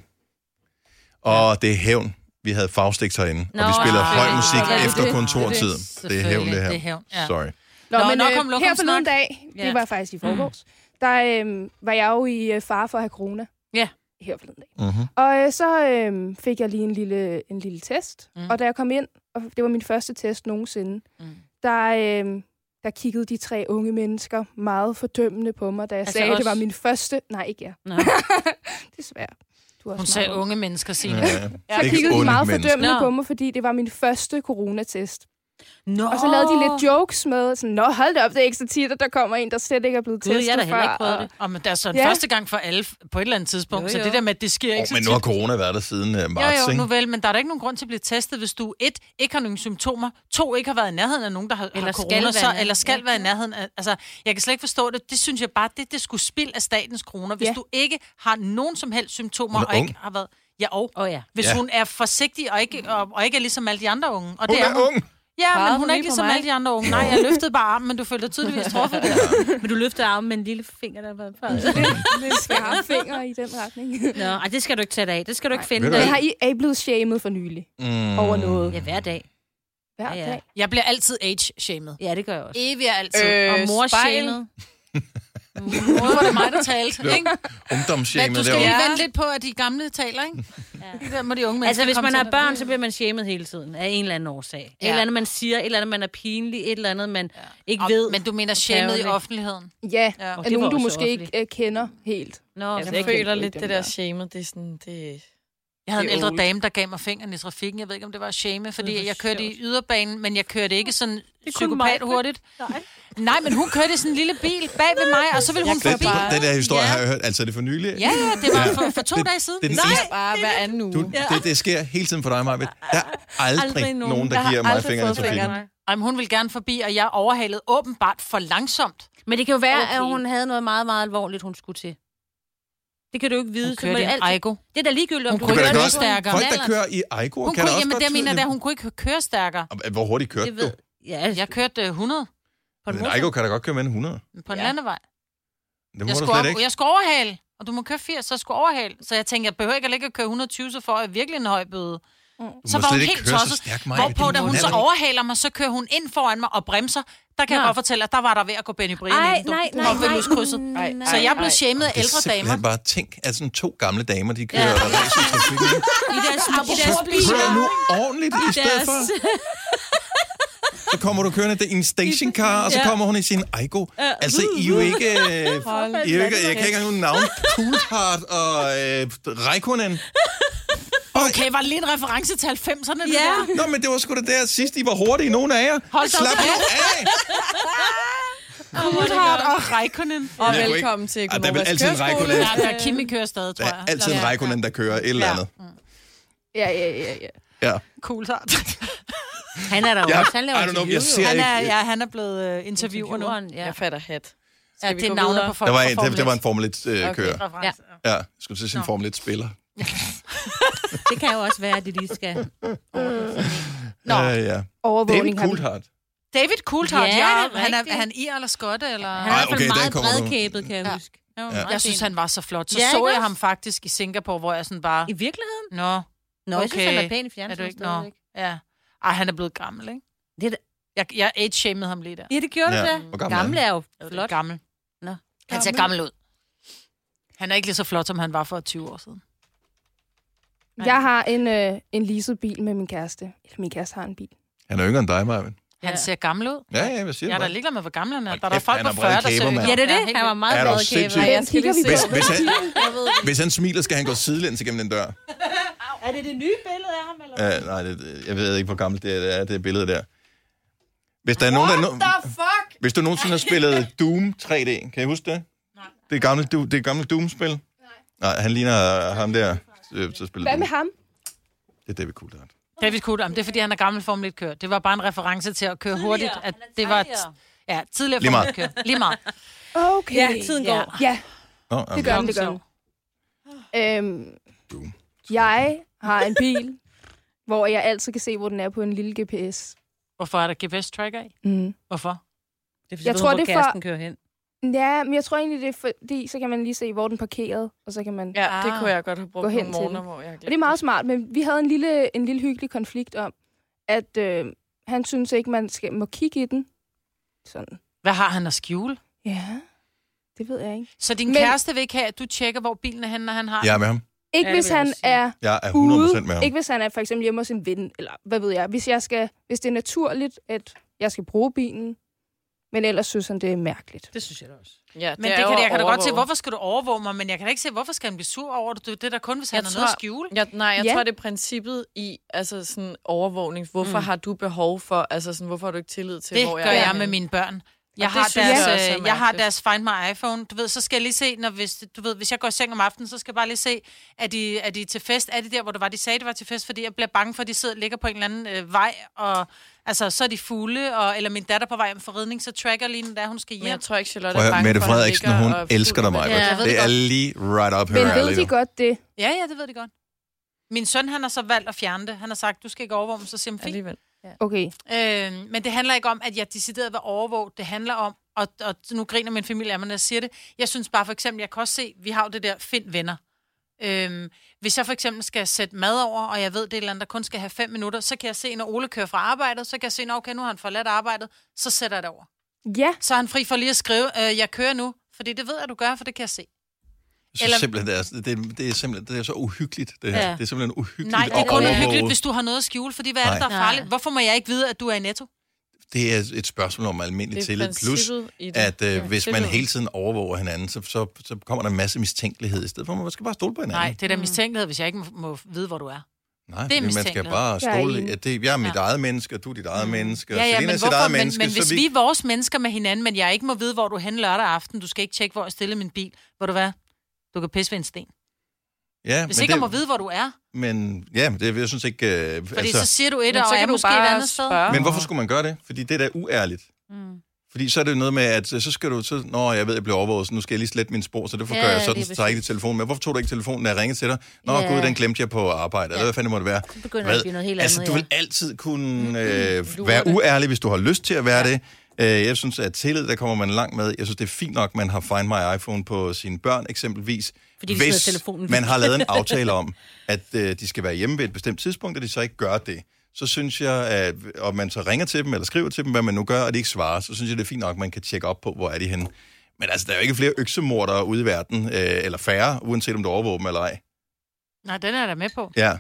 Speaker 1: Og det er hævn. Vi havde Faustix herinde, Nå, og vi spiller
Speaker 5: ah,
Speaker 1: høj
Speaker 5: selvfølgelig.
Speaker 1: musik
Speaker 5: Ja, det er
Speaker 1: efter
Speaker 5: det.
Speaker 1: kontortiden.
Speaker 2: Det er det.
Speaker 1: Det er hævn, det her.
Speaker 2: Selvfølgelig, det er hævn, ja.
Speaker 1: Sorry.
Speaker 3: Nå,
Speaker 2: Nå,
Speaker 3: men
Speaker 2: nok
Speaker 3: øh,
Speaker 2: om Mm. lokumsnak.
Speaker 3: her forleden dag,
Speaker 5: Ja.
Speaker 3: det var faktisk i forgårs, der øh, var jeg jo i øh, fare for at have corona.
Speaker 5: Ja.
Speaker 3: Her forleden dag.
Speaker 1: Mm-hmm.
Speaker 3: Og øh, så øh, fik jeg lige en lille, en lille test,
Speaker 2: Mm.
Speaker 3: mm. og da jeg kom ind, og det var min første test nogensinde,
Speaker 2: Mm.
Speaker 3: mm. der, øh, der kiggede de tre unge mennesker meget fordømmende på mig, da jeg
Speaker 5: Altså
Speaker 3: altså sagde, at
Speaker 5: os?
Speaker 3: det var min første... Nej, ikke jeg.
Speaker 5: Nå.
Speaker 3: *laughs* Desværre. Du er
Speaker 2: Hun
Speaker 3: også
Speaker 2: sagde
Speaker 3: meget ung.
Speaker 2: unge mennesker, Signe.
Speaker 1: Ja,
Speaker 2: Ja.
Speaker 1: ja.
Speaker 3: Så
Speaker 1: Ikke
Speaker 3: kiggede de
Speaker 1: onde
Speaker 3: meget
Speaker 1: mennesker.
Speaker 3: fordømmende
Speaker 5: Nå.
Speaker 3: på mig, fordi det var min første coronatest.
Speaker 5: Nå.
Speaker 3: Og så lavede de lidt jokes med, sådan, Nå, hold da op, det er ikke så tit, at der kommer en, der slet ikke er blevet
Speaker 5: Gud, jeg
Speaker 3: testet
Speaker 5: har da heller
Speaker 3: før.
Speaker 5: ikke
Speaker 3: *laughs*
Speaker 5: prøvet det.
Speaker 2: Og men der er så en ja.
Speaker 3: Ja.
Speaker 2: første gang for alle f- på et eller andet tidspunkt,
Speaker 5: Jo,
Speaker 2: jo, jo. så
Speaker 5: jo.
Speaker 2: det der med, at det sker ikke
Speaker 1: Åh,
Speaker 2: så
Speaker 1: men nu har corona været der siden øh, marts,
Speaker 2: Jo, jo,
Speaker 1: ikke?
Speaker 2: nu vel, men der er da ikke nogen grund til at blive testet, hvis du et, ikke har nogen symptomer, to, ikke har været i nærheden af nogen, der har, eller har
Speaker 5: Eller skal
Speaker 2: corona,
Speaker 5: være i
Speaker 2: så,
Speaker 5: nærheden.
Speaker 2: eller skal
Speaker 5: Ja.
Speaker 2: være i nærheden af, altså, jeg kan slet ikke forstå det, det synes jeg bare, det, det skulle spild af statens kroner, hvis ja.
Speaker 3: Ja.
Speaker 2: du ikke har nogen som helst symptomer,
Speaker 1: Hun er
Speaker 2: og ikke
Speaker 1: ung.
Speaker 2: har været, ja, og
Speaker 5: Åh ja.
Speaker 2: hvis
Speaker 1: Ja.
Speaker 2: ja. hun er forsigtig, og ikke, og, og ikke er ligesom alle de andre unge, og
Speaker 1: Hun
Speaker 2: det er,
Speaker 1: er ung.
Speaker 2: Ja,
Speaker 4: Pegede
Speaker 2: men
Speaker 4: du
Speaker 2: hun er
Speaker 4: lige
Speaker 2: ikke
Speaker 4: på
Speaker 2: ligesom
Speaker 4: mig?
Speaker 2: alle de andre unge. Nej, jeg løftede bare armen, men du følte dig
Speaker 5: *laughs*
Speaker 2: tydeligvis truffet det.
Speaker 5: Men du løfter armen med en lille finger, der har været før.
Speaker 3: Lidt skarpe fingre i den retning.
Speaker 5: Nå, ej, det skal du ikke tage dig af. Det skal du ikke finde
Speaker 1: Ved du
Speaker 5: dig
Speaker 3: Men
Speaker 5: i.
Speaker 3: har I, er I blevet shamed for nylig
Speaker 1: Mm.
Speaker 3: over noget?
Speaker 5: Ja, hver dag.
Speaker 3: Hver
Speaker 5: ja, ja.
Speaker 3: dag.
Speaker 2: Jeg bliver altid age-shamed.
Speaker 5: Ja, det gør jeg også.
Speaker 2: Evig altid.
Speaker 4: Øh,
Speaker 5: og mor
Speaker 4: spejl.
Speaker 5: sjælet.
Speaker 2: Nu var det mig, der talte, ikke? Men
Speaker 1: Ungdomsshame
Speaker 2: du skal
Speaker 1: derovre.
Speaker 2: lige
Speaker 4: Ja.
Speaker 2: vente lidt på, at de gamle taler, ikke? Ja. Der må de unge
Speaker 5: Altså,
Speaker 2: mennesker
Speaker 5: hvis
Speaker 2: komme
Speaker 5: man
Speaker 2: til
Speaker 5: har
Speaker 2: dig.
Speaker 5: børn, så bliver man shamed hele tiden af en eller anden årsag.
Speaker 2: Ja.
Speaker 5: Ja. Et eller andet, man siger, et eller andet, man er pinlig, et eller andet, man ja. ikke
Speaker 2: Og-
Speaker 5: ved.
Speaker 2: Men du mener shamed i
Speaker 5: Ærgerligt.
Speaker 2: offentligheden?
Speaker 3: Ja,
Speaker 2: Ja.
Speaker 5: Og
Speaker 3: af
Speaker 5: det var
Speaker 3: nogen, du
Speaker 5: også
Speaker 3: måske ikke
Speaker 5: offentligt.
Speaker 3: øh, kender helt.
Speaker 5: Nå,
Speaker 4: Jeg,
Speaker 5: okay.
Speaker 4: jeg
Speaker 3: jeg
Speaker 4: føler
Speaker 3: kendte
Speaker 4: lidt
Speaker 3: dem
Speaker 4: det der
Speaker 3: der.
Speaker 4: shamed, det er sådan, det...
Speaker 2: Jeg havde en
Speaker 4: Det er
Speaker 2: ældre
Speaker 4: old.
Speaker 2: dame, der gav mig fingeren i trafikken. Jeg ved ikke, om det var shame,
Speaker 5: Det er
Speaker 2: fordi
Speaker 5: så
Speaker 2: jeg kørte i
Speaker 5: sjovt.
Speaker 2: yderbanen, men jeg kørte ikke sådan
Speaker 5: er kun mig.
Speaker 2: psykopat hurtigt. Nej, men hun kørte i sådan en lille bil bag ved mig, og så ville hun
Speaker 1: Den,
Speaker 2: forbi.
Speaker 1: den der historie
Speaker 2: Ja.
Speaker 1: har jeg hørt. Altså, er det for nylig?
Speaker 2: Ja, ja, det var
Speaker 1: Ja.
Speaker 2: for, for to
Speaker 1: Det-
Speaker 2: dage siden.
Speaker 1: det er den
Speaker 2: Nej,
Speaker 1: eneste-
Speaker 4: Bare hver anden uge.
Speaker 1: Du, det, det sker hele tiden for dig, Maja. Der er aldrig, aldrig nogen,
Speaker 4: Jeg
Speaker 1: der
Speaker 4: har
Speaker 1: giver mig
Speaker 4: aldrig
Speaker 1: fingeren i
Speaker 4: fået
Speaker 1: trafikken.
Speaker 4: fingeren.
Speaker 2: Ej, men hun ville gerne forbi, og jeg overhalede åbenbart for langsomt.
Speaker 5: Men det kan jo være, okay. at
Speaker 4: Okay.
Speaker 5: hun havde noget meget, meget alvorligt, hun skulle til. Det kan du jo ikke vide.
Speaker 2: Hun
Speaker 5: så
Speaker 2: kørte
Speaker 5: må
Speaker 2: i en
Speaker 5: altid-
Speaker 2: Aigo.
Speaker 5: Det er da ligegyldigt, om
Speaker 2: Hun
Speaker 5: du
Speaker 2: kunne
Speaker 5: kører
Speaker 2: da
Speaker 5: noget
Speaker 2: godt-
Speaker 5: på en
Speaker 1: Folk, der
Speaker 5: alder.
Speaker 1: kører i Eigo,
Speaker 2: Hun
Speaker 1: kan
Speaker 2: kunne,
Speaker 1: da også
Speaker 2: jamen,
Speaker 1: godt
Speaker 2: det jeg mener,
Speaker 1: tydeligt-
Speaker 2: da hun kunne ikke køre stærkere.
Speaker 1: Hvor hurtigt kørte
Speaker 5: Det
Speaker 1: du?
Speaker 5: ved... Ja, jeg
Speaker 2: Jeg kørte øh, 100
Speaker 5: på en
Speaker 1: Men
Speaker 5: motor.
Speaker 1: Eigo kan da godt køre med en 100.
Speaker 2: på en
Speaker 4: Ja.
Speaker 2: landevej.
Speaker 1: Det må
Speaker 2: Jeg
Speaker 1: du
Speaker 2: skulle,
Speaker 1: slet
Speaker 2: op,
Speaker 1: ikke.
Speaker 2: jeg skulle overhale, og du må køre 80, så jeg skulle overhale. Så jeg tænkte, jeg behøver ikke at ligge og køre 120, så får jeg virkelig en høj bøde.
Speaker 1: Du må
Speaker 2: så var hun
Speaker 1: slet ikke
Speaker 2: helt
Speaker 1: køre så
Speaker 2: tosset,
Speaker 1: stærkt, Maja.
Speaker 2: Hvorpå,
Speaker 1: Det
Speaker 2: da
Speaker 1: må
Speaker 2: hun så
Speaker 1: heller ikke.
Speaker 2: overhaler mig, så kører hun ind foran mig og bremser. Der kan jeg
Speaker 5: Nå.
Speaker 2: godt fortælle, at der var der ved at gå Benny Brian
Speaker 5: Ej,
Speaker 2: ind, du.
Speaker 5: nej, nej,
Speaker 2: Og ved
Speaker 5: nej.
Speaker 2: lyskrydset.
Speaker 4: Nej, nej,
Speaker 2: Så jeg blev shamed af
Speaker 1: Det er
Speaker 2: ældre damer.
Speaker 1: simpelthen bare tænk, at sådan to gamle damer, de kører ja.
Speaker 2: Ja.
Speaker 1: race i trafikken.
Speaker 5: I deres, i deres
Speaker 1: Kør
Speaker 5: biler.
Speaker 1: nu ordentligt i stedet for.
Speaker 5: Deres,
Speaker 1: Så kommer du kørende i en stationcar, og så
Speaker 5: Ja.
Speaker 1: kommer hun i sin Aigo. Altså, I er jo ikke... I er jo ikke jeg kan ikke engang nogen navn. Coulthard og øh, Raikkonen.
Speaker 2: Okay, var det lige en reference til 90'erne? det
Speaker 5: Ja.
Speaker 2: der?
Speaker 1: Nå, men det var sgu da der sidst, I var hurtige, nogen af jer.
Speaker 2: Hold da op.
Speaker 1: Slap nu af!
Speaker 2: Coulthard og Reikonen.
Speaker 4: Og
Speaker 1: Jeg kunne
Speaker 4: velkommen til
Speaker 1: Ej, der er vel
Speaker 4: Gunovas
Speaker 1: altid en
Speaker 4: køreskole.
Speaker 1: rækkelæs.
Speaker 2: Ja, der Kimi kører stadig,
Speaker 1: Der
Speaker 2: tror
Speaker 1: er
Speaker 2: jeg.
Speaker 1: altid en Raikkonen, der kører et eller
Speaker 2: Ja.
Speaker 1: andet.
Speaker 3: Ja, ja, ja, ja.
Speaker 1: Ja. *laughs*
Speaker 2: Coulthard.
Speaker 5: han er der jo
Speaker 1: Jeg-
Speaker 5: også. Han laver
Speaker 1: I don't know,
Speaker 5: interview,
Speaker 1: jeg
Speaker 5: jo.
Speaker 1: ser
Speaker 2: Han
Speaker 1: ikke...
Speaker 2: er, ja, han er blevet øh, interviewer nu.
Speaker 5: Intervieweren, Ja.
Speaker 4: Jeg fatter hat.
Speaker 2: Ja,
Speaker 4: Skal vi
Speaker 2: det er
Speaker 4: gå
Speaker 2: navnet
Speaker 4: videre?
Speaker 2: på folk.
Speaker 1: Der var
Speaker 2: fra
Speaker 1: en,
Speaker 2: Formel
Speaker 1: det, det var en
Speaker 2: 1.
Speaker 1: Formel 1-kører. Øh,
Speaker 4: Okay.
Speaker 1: kører.
Speaker 2: Reference, ja.
Speaker 1: ja, jeg skulle til sin
Speaker 2: Nå.
Speaker 1: Formel 1-spiller.
Speaker 5: Det kan jo også være, at de lige skal...
Speaker 2: Nå.
Speaker 1: Ja, ja. David
Speaker 3: Overvågning har vi.
Speaker 1: Coulthard.
Speaker 2: David Coulthard,
Speaker 5: Ja,
Speaker 2: ja,
Speaker 5: det er
Speaker 2: han er,
Speaker 5: rigtigt.
Speaker 2: er han ir eller skotte, eller?
Speaker 5: Han er i
Speaker 1: Ej,
Speaker 5: hvert fald
Speaker 1: okay, den
Speaker 5: meget
Speaker 1: kommer nu.
Speaker 5: bredkæbet, kan jeg
Speaker 2: Ja.
Speaker 5: huske. Han var
Speaker 1: Ja.
Speaker 5: meget
Speaker 2: Jeg synes,
Speaker 5: fin.
Speaker 2: han var så flot. Så
Speaker 5: Ja,
Speaker 2: ja, så
Speaker 5: ikke
Speaker 2: jeg
Speaker 5: også?
Speaker 2: ham faktisk i Singapore, hvor jeg sådan bare...
Speaker 5: I virkeligheden?
Speaker 2: Nå,
Speaker 5: Nå, jeg synes,
Speaker 2: Okay.
Speaker 5: han var pæn i
Speaker 2: er du
Speaker 5: fjernsynet
Speaker 2: ikke? Nå, ja. Ej, han er blevet gammel, ikke?
Speaker 5: Det er da-
Speaker 2: Jeg, jeg age-shamed ham lige der.
Speaker 5: Ja, det gjorde
Speaker 1: Ja.
Speaker 5: du da.
Speaker 1: Hvor gammel er
Speaker 5: Gamle
Speaker 1: han?
Speaker 5: er jo flot.
Speaker 2: Flot. Gammel.
Speaker 5: Nå.
Speaker 2: Han ser gammel ud. Han er ikke lige så flot, som han var for 20 år siden.
Speaker 3: Jeg har en, øh, en leaset bil med min kæreste. Eller min kæreste har en bil.
Speaker 1: Han er yngre end dig, Marvin.
Speaker 2: Han
Speaker 5: Ja.
Speaker 2: ser gammel ud.
Speaker 1: Ja, ja, hvad siger
Speaker 2: Jeg er
Speaker 1: du?
Speaker 2: da
Speaker 1: bare?
Speaker 2: ligeglad med, hvor gammel han er.
Speaker 1: Hold
Speaker 2: Der er der
Speaker 1: kæft,
Speaker 2: folk
Speaker 1: han
Speaker 2: på
Speaker 1: har brede
Speaker 2: 40, der
Speaker 1: kæber,
Speaker 2: ser
Speaker 1: mand.
Speaker 5: Ja, det er det.
Speaker 2: helt
Speaker 5: Han var
Speaker 2: vildt.
Speaker 5: meget
Speaker 1: Er du
Speaker 5: bredkæbet.
Speaker 1: sindssyg?
Speaker 5: Ja,
Speaker 3: Hvem kigger vi på?
Speaker 1: Hvis, hvis, han,
Speaker 4: Jeg ved det.
Speaker 1: hvis han smiler, skal han gå sidelæns igennem den dør.
Speaker 5: Er det det nye billede af ham, eller
Speaker 1: Uh, nej, det, jeg ved ikke, hvor gammelt det er, det billede der. Hvis der er nogen, der... no-
Speaker 4: fuck?
Speaker 1: Hvis du nogensinde har
Speaker 2: *laughs*
Speaker 1: spillet Doom 3D, kan I huske det? Nej. Det er gamle, Du- det er gamle Doom-spil? Nej. Nej, han ligner øh, ham der, øh, så spiller
Speaker 3: Hvad
Speaker 1: Doom.
Speaker 3: med ham?
Speaker 1: Det er David Coulthard.
Speaker 2: David Coulthard, men det er fordi, han er gammel Formel 1 kører. Det var bare en reference til at køre hurtigt. At det var ja, tidligere
Speaker 1: Lige
Speaker 2: Formel
Speaker 1: meget.
Speaker 2: 1 kører. Lige meget.
Speaker 3: Okay.
Speaker 5: Ja, tiden går.
Speaker 3: Ja,
Speaker 1: Nå, jamen,
Speaker 3: det gør den, det gør den. Øhm,
Speaker 1: Boom.
Speaker 3: jeg har en bil, hvor jeg altid kan se, hvor den er på en lille GPS.
Speaker 2: Hvorfor er der GPS-tracker i?
Speaker 3: Mm.
Speaker 2: Hvorfor?
Speaker 5: Det er, fordi,
Speaker 3: Jeg
Speaker 5: du
Speaker 3: tror,
Speaker 5: ved, hvor
Speaker 3: det er for-
Speaker 5: kæresten kører hen.
Speaker 3: Ja, men jeg tror egentlig, det er fordi, så kan man lige se, hvor den er parkeret, og så kan man...
Speaker 4: Ja, det
Speaker 2: Ah.
Speaker 4: kunne jeg godt have brugt
Speaker 3: Gå hen
Speaker 4: nogle
Speaker 3: til
Speaker 4: morgener,
Speaker 3: den.
Speaker 4: hvor jeg har
Speaker 3: Og det er meget smart, men vi havde en lille, en lille hyggelig konflikt om, at øh, han synes ikke, man skal, må kigge i den. Sådan.
Speaker 2: Hvad har han at skjule?
Speaker 3: Ja, det ved jeg ikke.
Speaker 2: Så din
Speaker 3: Men-
Speaker 2: men... kæreste vil ikke have, at du tjekker, hvor bilen er henne, når han har
Speaker 1: Jeg
Speaker 2: ja.
Speaker 1: er med ham.
Speaker 3: Ikke
Speaker 4: det
Speaker 3: hvis
Speaker 4: vil jeg
Speaker 3: han
Speaker 4: også sige.
Speaker 3: er
Speaker 1: Jeg er 100%
Speaker 3: ude.
Speaker 1: med ham.
Speaker 3: Ikke hvis han er for eksempel hjemme hos en ven, eller hvad ved jeg. Hvis, jeg skal, hvis det er naturligt, at jeg skal bruge bilen, men ellers synes han, det er mærkeligt.
Speaker 5: Det synes jeg da også.
Speaker 4: Ja,
Speaker 2: Men det,
Speaker 4: er
Speaker 2: det
Speaker 4: jo
Speaker 2: kan, jeg kan da godt se,
Speaker 4: overvåget.
Speaker 2: hvorfor skal du overvåge mig, men jeg kan da ikke se, hvorfor skal han blive sur over det. Det er da kun, hvis han
Speaker 4: Jeg
Speaker 2: har noget at
Speaker 4: tror-
Speaker 2: skjule.
Speaker 4: Ja, nej, jeg
Speaker 3: Ja.
Speaker 4: ja. tror, det er princippet i altså sådan overvågning. Hvorfor mm. har du behov for, altså sådan, hvorfor har du ikke tillid til,
Speaker 2: Det
Speaker 4: hvor jeg
Speaker 2: gør
Speaker 4: er
Speaker 2: jeg
Speaker 4: henne?
Speaker 2: med mine børn. Jeg
Speaker 4: det
Speaker 2: har,
Speaker 4: synes
Speaker 2: deres, øh,
Speaker 4: jeg også er
Speaker 2: jeg, jeg har
Speaker 4: mærkeligt.
Speaker 2: deres Find My iPhone. Du ved, så skal jeg lige se, når hvis, du ved, hvis jeg går i seng om aftenen, så skal jeg bare lige se, er de, er de til fest? Er de der, hvor det var, de sagde, det var til fest? Fordi jeg bliver bange for, at de sidder og ligger på en eller anden øh, vej, og altså, så er de fulde, og, eller min datter på vej hjem fra ridning, så tracker lige, når det er, hun skal
Speaker 4: Men
Speaker 2: hjem.
Speaker 4: jeg tror ikke, Charlotte
Speaker 1: Prøv at
Speaker 4: er
Speaker 1: høre,
Speaker 4: bange
Speaker 1: Mette
Speaker 4: for, at han
Speaker 1: Frederiksen,
Speaker 4: ligger
Speaker 1: hun
Speaker 4: og er
Speaker 1: elsker dig,
Speaker 4: fuld med
Speaker 1: Maja.
Speaker 2: Ja,
Speaker 1: Ja,
Speaker 2: jeg ved
Speaker 1: det
Speaker 2: det
Speaker 1: er
Speaker 2: godt.
Speaker 1: lige right up her
Speaker 3: Men ved
Speaker 1: alley,
Speaker 3: de
Speaker 1: jo.
Speaker 3: godt det?
Speaker 2: Ja, ja, det ved de godt. Min søn, han har så valgt at fjerne det. Han har sagt, du skal ikke overvåge mig, så siger han,
Speaker 4: det.
Speaker 2: fint.
Speaker 4: Alligevel.
Speaker 3: Okay.
Speaker 2: Øh, men det handler ikke om, at jeg decideret vil overvåge. Det handler om, og, og nu griner min familie af mig, når jeg siger det. Jeg synes bare for eksempel, jeg kan også se, vi har jo det der, find venner. Øhm, hvis jeg for eksempel skal sætte mad over, og jeg ved, det er et eller andet, der kun skal have fem minutter, så kan jeg se, når Ole kører fra arbejdet, så kan jeg se, når okay, nu har han forladt arbejdet, så sætter jeg det over.
Speaker 3: Ja,
Speaker 2: Så er han fri for lige at skrive, øh, jeg kører nu, fordi det ved jeg, du gør, for det kan jeg se.
Speaker 1: Så
Speaker 2: Eller-
Speaker 1: simpelthen, det, er, det, det er simpelthen det er så uhyggeligt, det her.
Speaker 5: Ja.
Speaker 1: Det er simpelthen uhyggeligt
Speaker 2: Nej, det er
Speaker 1: at
Speaker 2: kun
Speaker 1: overvåge.
Speaker 2: uhyggeligt, hvis du har noget at skjule, fordi hvad er det,
Speaker 1: Nej.
Speaker 2: der er farligt? Hvorfor må jeg ikke vide, at du er i netto?
Speaker 1: Det er et spørgsmål om almindelig
Speaker 4: Det er
Speaker 1: tillid. Plus,
Speaker 4: princippet i det.
Speaker 1: at øh, hvis man
Speaker 4: tillid.
Speaker 1: hele tiden overvåger hinanden, så, så, så kommer der en masse mistænkelighed i stedet for. Man skal bare stole på hinanden.
Speaker 2: Nej, det er
Speaker 4: Mm.
Speaker 2: da mistænkelighed, hvis jeg ikke må, må vide, hvor du er.
Speaker 1: Nej,
Speaker 2: Det er
Speaker 1: fordi man skal
Speaker 2: mistænkeligt.
Speaker 1: bare
Speaker 3: Jeg er
Speaker 1: stole.
Speaker 3: enig.
Speaker 1: Jeg, det, jeg er mit
Speaker 2: Ja. Mm.
Speaker 1: eget menneske, og du er dit eget menneske. og
Speaker 2: Ja, ja,
Speaker 1: Selina
Speaker 2: men,
Speaker 1: er sit
Speaker 2: hvorfor,
Speaker 1: eget
Speaker 2: men,
Speaker 1: menneske,
Speaker 2: men hvis
Speaker 1: så
Speaker 2: vi... vi er vores mennesker med hinanden, men jeg ikke må vide, hvor du er henne lørdag aften, du skal ikke tjekke, hvor jeg stille min bil, hvor du hvad? Du kan pisse ved en sten.
Speaker 1: Ja,
Speaker 2: Hvis
Speaker 1: men
Speaker 2: ikke
Speaker 1: det,
Speaker 2: jeg må vide, hvor du er,
Speaker 1: Men ja, men det, jeg synes ikke... Øh,
Speaker 2: fordi altså, så siger du et,
Speaker 4: Men
Speaker 2: og
Speaker 4: så
Speaker 2: er
Speaker 4: kan du
Speaker 2: måske et
Speaker 4: bare
Speaker 2: andet sted.
Speaker 4: spørge.
Speaker 5: Ah.
Speaker 1: men hvorfor skulle man gøre det? Fordi det er da uærligt.
Speaker 5: Mm.
Speaker 1: Fordi så er det jo noget med, at øh, så skal du... Så, Nå, jeg ved, jeg bliver overvåget, så nu skal jeg lige slette min spor, så derfor
Speaker 5: Ja,
Speaker 1: gør jeg
Speaker 5: ja,
Speaker 1: sådan,
Speaker 5: lige
Speaker 1: så tager jeg ikke
Speaker 5: præcis.
Speaker 1: telefonen med. Hvorfor tog du ikke telefonen, da jeg ringede til dig? Nå,
Speaker 5: Ja.
Speaker 1: gud, den glemte jeg på arbejde, eller
Speaker 5: Ja.
Speaker 1: hvad fanden må det være?
Speaker 5: Så begynder det
Speaker 1: Hvad?
Speaker 5: at blive noget helt
Speaker 1: Altså,
Speaker 5: andet.
Speaker 1: du vil altid kunne øh, være uærlig, hvis du har lyst til at være det. Øh, Jeg synes, at tillid, der kommer man langt med. Jeg synes, det er fint nok, man har Find My iPhone på sine børn eksempelvis.
Speaker 5: Fordi de
Speaker 1: hvis
Speaker 5: sidder telefonen
Speaker 1: man
Speaker 5: væk.
Speaker 1: har lavet en aftale om, at øh, de skal være hjemme ved et bestemt tidspunkt, og de så ikke gør det, så synes jeg, at og man så ringer til dem, eller skriver til dem, hvad man nu gør, og de ikke svarer, så synes jeg, det er fint nok, at man kan tjekke op på, hvor er de henne. Men altså, der er jo ikke flere øksemordere ude i verden, øh, eller færre, uanset om du overvåger dem eller ej.
Speaker 2: Nej, den er jeg da med på.
Speaker 1: Ja.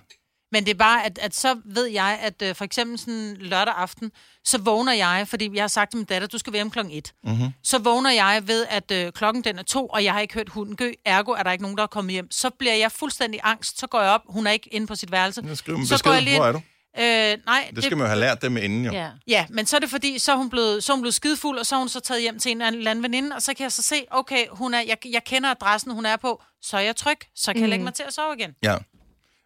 Speaker 2: Men det er bare, at, at så ved jeg, at øh, for eksempel sådan lørdag aften, så vågner jeg, fordi jeg har sagt til min datter, du skal være hjemme klokken 1.
Speaker 1: Mm-hmm.
Speaker 2: Så vågner jeg ved, at øh, klokken den er to, og jeg har ikke hørt hunden gø, ergo er der ikke nogen, der er kommet hjem. Så bliver jeg fuldstændig angst, så går jeg op, hun er ikke inde på sit værelse.
Speaker 1: Jeg skriver en
Speaker 2: Så går
Speaker 1: besked.
Speaker 2: jeg lige-
Speaker 1: Hvor er du?
Speaker 2: Øh, nej,
Speaker 1: Det skal man jo have lært dem inden, jo.
Speaker 5: Ja.
Speaker 2: Ja, men så er det fordi, så er hun blevet, så er hun blevet skidefuld, og så er hun så taget hjem til en eller anden veninde, og så kan jeg så se, okay, hun er, jeg, jeg kender adressen, hun er på, så er jeg tryg, så kan mm. jeg lægge mig til at sove igen.
Speaker 1: Ja.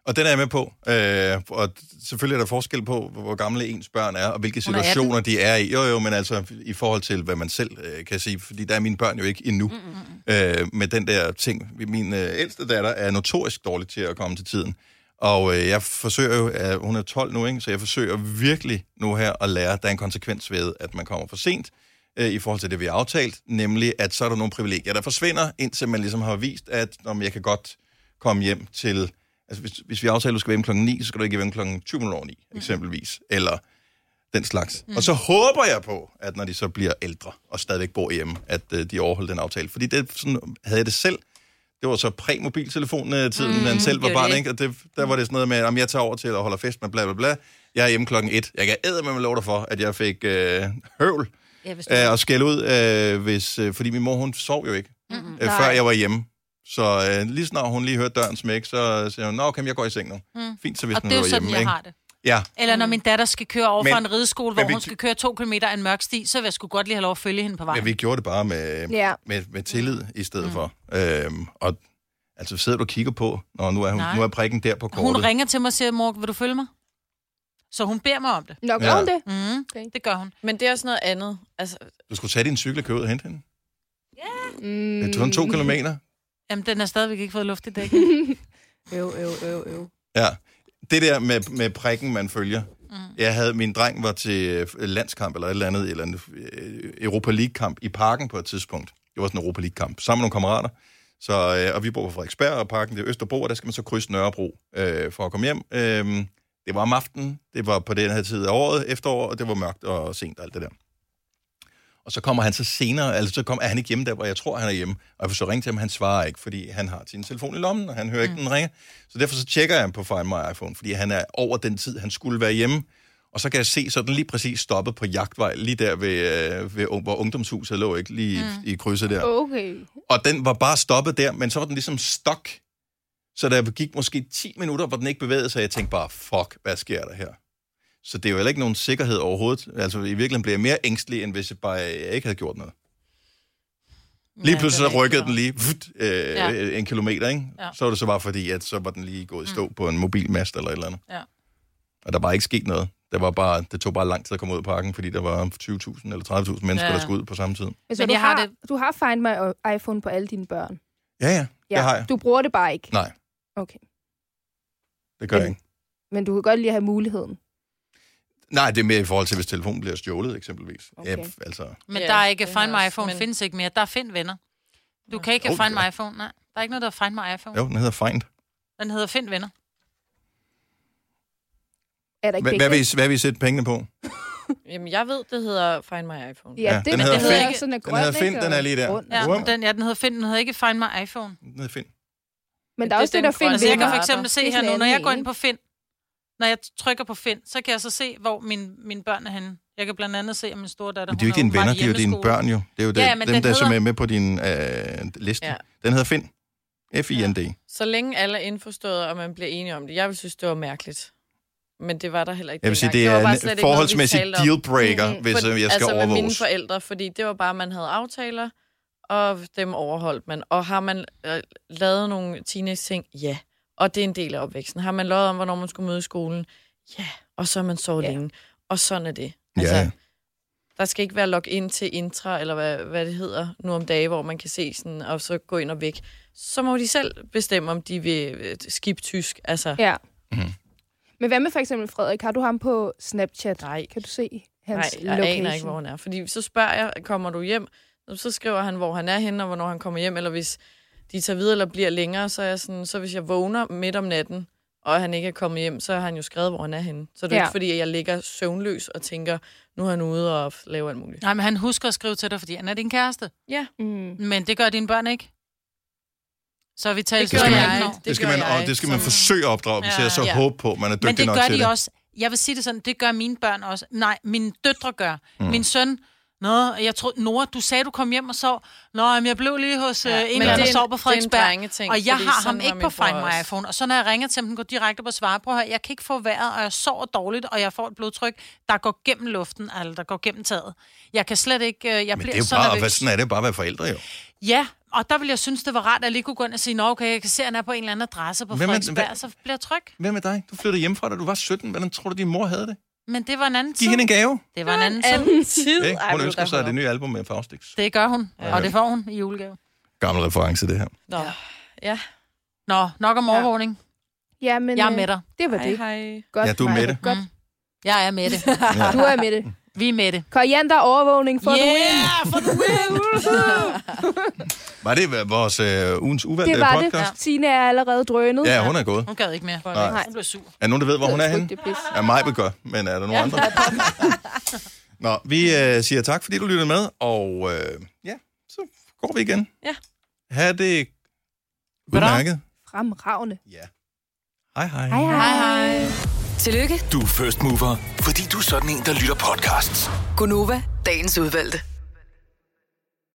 Speaker 1: Og den er jeg med på. Øh, og selvfølgelig er der forskel på, hvor gamle ens børn er, og hvilke
Speaker 5: Hun er
Speaker 1: situationer de er i. Jo, jo, men altså i forhold til, hvad man selv øh, kan sige. Fordi der er mine børn jo ikke endnu mm-hmm. øh, med den der ting. Min øh, ældste datter er notorisk dårlig til at komme til tiden. Og øh, jeg forsøger jo, øh, hun er 12 nu, ikke? så jeg forsøger virkelig nu her at lære, at der er en konsekvens ved, at man kommer for sent øh, i forhold til det, vi har aftalt, nemlig at så er der nogle privilegier, der forsvinder, indtil man ligesom har vist, at om jeg kan godt komme hjem til... Altså, hvis, hvis vi aftaler, at du skal være hjemme klokken 9, så skal du ikke være hjemme klokken 20 minutter over 9, eksempelvis. Eller den slags. Mm. Og så håber jeg på, at når de så bliver ældre og stadigvæk bor hjemme, at øh, de overholder den aftale. Fordi det sådan, havde jeg det selv. Det var så præ-mobiltelefon-tiden, mm, man selv var
Speaker 5: det var
Speaker 1: barn,
Speaker 5: det.
Speaker 1: ikke? Og det, der var det sådan noget med, at jeg tager over til og holder fest med bla bla bla. Jeg er hjemme klokken 1. Jeg kan æde med lov dig for, at jeg fik øh, høvl
Speaker 5: ja hvis du...
Speaker 1: øh, og skælde ud, øh, hvis, øh, fordi min mor, hun sov jo ikke, mm-hmm. øh, før
Speaker 2: Mm, Nej.
Speaker 1: jeg var hjemme. Så øh, lige snart hun lige hørte døren smække, så siger hun, nå, okay, men jeg går i seng nu. Mm. Fint, så hvis
Speaker 2: Og
Speaker 1: den
Speaker 2: det er jo
Speaker 1: var
Speaker 2: sådan,
Speaker 1: hjemme,
Speaker 2: jeg
Speaker 1: ikke?
Speaker 2: har det.
Speaker 1: Ja,
Speaker 2: Eller når min datter skal køre over
Speaker 1: Men-
Speaker 2: men, fra en rideskole, hvor
Speaker 1: men vi-
Speaker 2: hun skal køre to kilometer af en mørk sti, så vil jeg sgu godt lige have lov at følge hende på
Speaker 1: men
Speaker 2: vejen.
Speaker 1: vi gjorde det bare med,
Speaker 3: Ja.
Speaker 1: med, med tillid i stedet mm. for. Øhm, og altså sidder du og kigger på, når nu er, hun,
Speaker 2: Nej.
Speaker 1: nu er prikken der på kortet.
Speaker 2: Hun ringer til mig og siger, mor, vil du følge mig? Så hun beder mig om det.
Speaker 3: Nå, gør
Speaker 1: Ja.
Speaker 3: ja. hun det?
Speaker 2: Mm,
Speaker 3: Okay.
Speaker 2: Det gør hun.
Speaker 4: Men det er også noget andet. Altså,
Speaker 1: Du skulle tage din cykel og køre ud og hente hende.
Speaker 3: Mm.
Speaker 1: Det er sådan to kilometer.
Speaker 2: Jamen, den har stadigvæk ikke fået luft i dag.
Speaker 3: Øv, øv, øv, øv.
Speaker 1: Ja. Det der med, med prikken, man følger. Mm. Jeg havde, min dreng var til øh, landskamp eller et eller andet, eller en øh, Europa League-kamp i parken på et tidspunkt. Det var sådan en Europa League-kamp, sammen med nogle kammerater. Så, øh, og vi bor på Frederiksberg, og parken det er Østerbro, og der skal man så krydse Nørrebro øh, for at komme hjem. Øh, det var om aftenen, det var på den her tid af året, efterår, og det var mørkt og sent og alt det der. Og så kommer han så senere, altså så kom, er han ikke hjemme der, hvor jeg tror, han er hjemme. Og jeg får så ringe til ham, han svarer ikke, fordi han har sin telefon i lommen, og han hører mm. ikke, den ringer. Så derfor så tjekker jeg ham på Find My iPhone, fordi han er over den tid, han skulle være hjemme. Og så kan jeg se, så er den lige præcis stoppet på jagtvej, lige der, ved, øh, ved, hvor ungdomshuset lå, ikke? lige mm. i krydset der.
Speaker 3: Okay.
Speaker 1: Og den var bare stoppet der, men så var den ligesom stok. Så der gik måske 10 minutter, hvor den ikke bevægede sig, jeg tænkte bare, fuck, hvad sker der her? Så det er jo heller ikke nogen sikkerhed overhovedet. Altså i virkeligheden blev jeg mere ængstelig, end hvis jeg bare øh, jeg ikke havde gjort noget. Lige
Speaker 2: Ja,
Speaker 1: pludselig
Speaker 2: det
Speaker 1: så
Speaker 2: er
Speaker 1: rykkede
Speaker 2: rigtigt.
Speaker 1: den lige vut, øh, ja.
Speaker 2: Ja.
Speaker 1: en kilometer, ikke? Ja.
Speaker 2: Ja.
Speaker 1: Så var det så bare fordi, at så var den lige gået i stå mm. på en mobilmast eller et eller andet.
Speaker 2: Ja.
Speaker 1: Og der var ikke sket noget. Det, var bare, det tog bare lang tid at komme ud af parken, fordi der var 20.000 eller 30.000 mennesker, ja.
Speaker 2: Ja.
Speaker 1: der skulle ud på samme tid.
Speaker 3: Altså,
Speaker 2: Men
Speaker 3: du,
Speaker 2: jeg
Speaker 3: har,
Speaker 2: har
Speaker 3: det... du har Find My og iPhone på alle dine børn.
Speaker 1: Ja, ja, ja. det har jeg.
Speaker 3: Du bruger det bare ikke.
Speaker 1: Nej,
Speaker 3: Okay.
Speaker 1: det gør jeg
Speaker 3: Men-
Speaker 1: ikke.
Speaker 3: Men du kan godt lige have muligheden.
Speaker 1: Nej, det er mere i forhold til, hvis telefonen bliver stjålet, eksempelvis. Okay.
Speaker 3: Okay.
Speaker 1: Ja, altså,
Speaker 2: Men
Speaker 4: Ja,
Speaker 2: ja, der er ikke
Speaker 4: det har
Speaker 2: Find
Speaker 4: jeg
Speaker 2: My
Speaker 4: også,
Speaker 2: iPhone,
Speaker 4: men-
Speaker 2: men... findes ikke mere. Der er Find Venner. Du kan ikke
Speaker 1: Jo,
Speaker 2: jo, Find
Speaker 1: ja.
Speaker 2: My iPhone, nej. Der er ikke noget, der Find My iPhone. Jo.
Speaker 1: jo, den hedder Find.
Speaker 2: Den hedder Find Venner.
Speaker 3: Er der ikke
Speaker 1: Hva,
Speaker 3: begge?
Speaker 1: hvad, vil I, hvad vil I sætte pengene på?
Speaker 4: jamen, jeg ved, det hedder Find My iPhone.
Speaker 3: Ja,
Speaker 1: Ja,
Speaker 3: det,
Speaker 1: den
Speaker 3: den
Speaker 1: hedder
Speaker 3: hedder,
Speaker 2: Find.
Speaker 3: også sådan
Speaker 1: Den
Speaker 3: en grøn,
Speaker 1: hedder Find,
Speaker 3: ikke?
Speaker 1: den er lige der.
Speaker 3: Rund.
Speaker 2: Ja,
Speaker 1: Wow.
Speaker 2: men den, ja, den hedder Find, den hedder ikke Find My iPhone.
Speaker 1: Den hedder Find.
Speaker 3: Men der er
Speaker 4: Det er
Speaker 3: også det,
Speaker 4: den
Speaker 3: der Find
Speaker 4: grønne.
Speaker 2: Altså, jeg kan for
Speaker 4: Venner.
Speaker 2: eksempel
Speaker 3: Det
Speaker 2: se
Speaker 3: er
Speaker 2: her
Speaker 3: sådan
Speaker 2: nu, når
Speaker 3: en
Speaker 2: jeg
Speaker 3: anden
Speaker 2: går
Speaker 3: en,
Speaker 2: ind på Find, når jeg trykker på Find, så kan jeg så se, hvor mine, mine børn er henne. Jeg kan blandt andet se, at min store datter,
Speaker 1: Men det er jo ikke dine venner, det er jo dine børn jo. Det er jo det,
Speaker 2: Ja,
Speaker 1: ja,
Speaker 2: men
Speaker 1: dem,
Speaker 2: den
Speaker 1: der som
Speaker 2: hedder-
Speaker 1: er med på din øh, liste. Ja.
Speaker 4: Ja.
Speaker 1: Den hedder Find. F-I-N-D.
Speaker 4: Så længe alle er indforstået, og man bliver enige om det. Jeg vil synes, det var mærkeligt. Men det var der heller ikke
Speaker 1: Jeg vil sige,
Speaker 4: dengang.
Speaker 1: det
Speaker 4: var bare
Speaker 1: er en
Speaker 4: slet ikke noget, vi
Speaker 1: forholdsmæssig
Speaker 4: talte om.
Speaker 1: dealbreaker,
Speaker 3: Mm,
Speaker 1: hvis
Speaker 4: For-
Speaker 1: øh, jeg skal
Speaker 4: altså med mine
Speaker 1: overvåges.
Speaker 4: forældre, fordi det var bare, at man havde aftaler, og dem overholdt man. Og har man øh, lavet nogle teenage-ting? Ja. Og det er en del af opvæksten. Har man lovet om, hvornår man skulle møde i skolen? Ja. Og så har man sovet
Speaker 3: Ja.
Speaker 4: ja. længe. Og sådan er det. Altså,
Speaker 1: Ja.
Speaker 4: der skal ikke være log ind til intra, eller hvad, hvad det hedder nu om dage, hvor man kan se sådan, og så gå ind og væk. Så må de selv bestemme, om de vil øh, skip tysk. Altså,
Speaker 1: Mhm.
Speaker 3: Ja. Men hvad med for eksempel Frederik? Har du ham på Snapchat?
Speaker 4: Nej.
Speaker 3: Kan du se? hans
Speaker 4: Nej, jeg
Speaker 3: location.
Speaker 4: aner ikke, hvor hun er. Fordi så spørger jeg, kommer du hjem? Nå, Så skriver han, hvor han er henne, og hvornår han kommer hjem. Eller hvis de tager videre eller bliver længere, så er jeg sådan, så hvis jeg vågner midt om natten, og han ikke er kommet hjem, så har han jo skrevet, hvor han er henne. Så det er
Speaker 3: Ja.
Speaker 4: ja. ikke fordi, at jeg ligger søvnløs og tænker, nu er han ude og laver alt muligt.
Speaker 2: Nej, men han husker at skrive til dig, fordi han er din kæreste.
Speaker 4: Ja,
Speaker 3: Mm.
Speaker 2: Men det gør dine børn ikke. Så er vi talt
Speaker 4: det gør
Speaker 1: skal man-
Speaker 4: jeg.
Speaker 1: Det skal, man, og det skal man forsøge at opdrage dem til, og så
Speaker 4: Ja.
Speaker 1: håbe på, at man er
Speaker 2: Men
Speaker 1: dygtig
Speaker 2: det
Speaker 1: nok
Speaker 2: gør
Speaker 1: til
Speaker 2: de
Speaker 1: det.
Speaker 2: også. Jeg vil sige det sådan, det gør mine børn også. Nej, mine døtre gør. Mm. Min søn, Nå, jeg tror, Nora, du sagde, du kom hjem og sov. Nå, men jeg blev lige hos ja, en
Speaker 4: men
Speaker 2: eller anden,
Speaker 4: det
Speaker 2: der
Speaker 4: er
Speaker 2: sov
Speaker 4: en-
Speaker 2: på
Speaker 4: det er en
Speaker 2: Frederiksberg.
Speaker 4: drengeting,
Speaker 2: Og jeg
Speaker 4: fordi
Speaker 2: har
Speaker 4: sådan
Speaker 2: ham
Speaker 4: var
Speaker 2: ikke
Speaker 4: min
Speaker 2: på
Speaker 4: bror
Speaker 2: Find My
Speaker 4: også.
Speaker 2: iPhone. Og så når jeg ringer til dem, den går direkte på svare på her. Jeg kan ikke få vejret, og jeg sover dårligt, og jeg får et blodtryk, der går gennem luften, eller der går gennem taget. Jeg kan slet ikke... øh, Jeg
Speaker 1: Men
Speaker 2: bliver
Speaker 1: det er jo
Speaker 2: så
Speaker 1: bare,
Speaker 2: nervøs.
Speaker 1: hvad, sådan er det jo bare at være forældre, jo.
Speaker 2: Ja, og der ville jeg synes, det var rart, at jeg lige kunne gå ind og sige, nå okay, jeg kan se, at han er på en eller anden adresse på
Speaker 1: Hvem er-
Speaker 2: Frederiksberg,
Speaker 1: hvem-
Speaker 2: så bliver jeg tryg.
Speaker 1: Hvad med dig? Du flyttede hjemmefra, da du var 17. Hvordan tror du, din mor havde det?
Speaker 2: Men det var en anden
Speaker 1: Giv
Speaker 2: tid.
Speaker 1: hende en gave.
Speaker 2: Det var en anden tid.
Speaker 4: anden tid.
Speaker 1: Ikke?
Speaker 4: Ej,
Speaker 1: Hun
Speaker 4: hvor
Speaker 1: ønsker
Speaker 4: er
Speaker 1: sig
Speaker 4: der
Speaker 1: det nye album med Faustix.
Speaker 2: Det gør hun,
Speaker 1: Ja.
Speaker 2: ja. og det får hun i julegave.
Speaker 1: Gammel reference, det her.
Speaker 4: Nå,
Speaker 2: Nå, nok om overvågning.
Speaker 3: Ja, men,
Speaker 2: Jeg er
Speaker 3: øh,
Speaker 2: med dig.
Speaker 3: Det var
Speaker 4: hej,
Speaker 3: det.
Speaker 4: hej.
Speaker 3: Godt,
Speaker 1: Ja, du er
Speaker 3: Maja.
Speaker 1: med det.
Speaker 3: Godt.
Speaker 2: Mm. Jeg er med det.
Speaker 1: Ja.
Speaker 3: Du er med det.
Speaker 2: Vi er med det.
Speaker 3: Koriander overvågning for
Speaker 2: *laughs*
Speaker 3: yeah.
Speaker 2: for the win!
Speaker 1: Var det øh, vores øh, ugens uvalgte
Speaker 3: Det var det.
Speaker 1: podcast?
Speaker 3: Signe er allerede drønet.
Speaker 1: Ja, hun er gået.
Speaker 2: Hun gad ikke mere.
Speaker 1: Nej.
Speaker 2: Hun blev sur.
Speaker 1: Er der nogen, der ved, hvor hun er henne?
Speaker 3: Det er pis.
Speaker 1: Ja, mig gør, men er der nogen andre? *laughs* Nå, vi øh, siger tak, fordi du lyttede med, og øh, ja, så går vi igen.
Speaker 4: Ja.
Speaker 1: Ha' det
Speaker 2: Goddag.
Speaker 1: udmærket.
Speaker 3: Fremragende.
Speaker 1: Ja. Hej hej.
Speaker 3: Hej hej.
Speaker 2: Hej hej.
Speaker 6: Tillykke,
Speaker 7: Du er first mover, fordi du er sådan en, der lytter podcasts.
Speaker 6: Gunova, dagens udvalgte.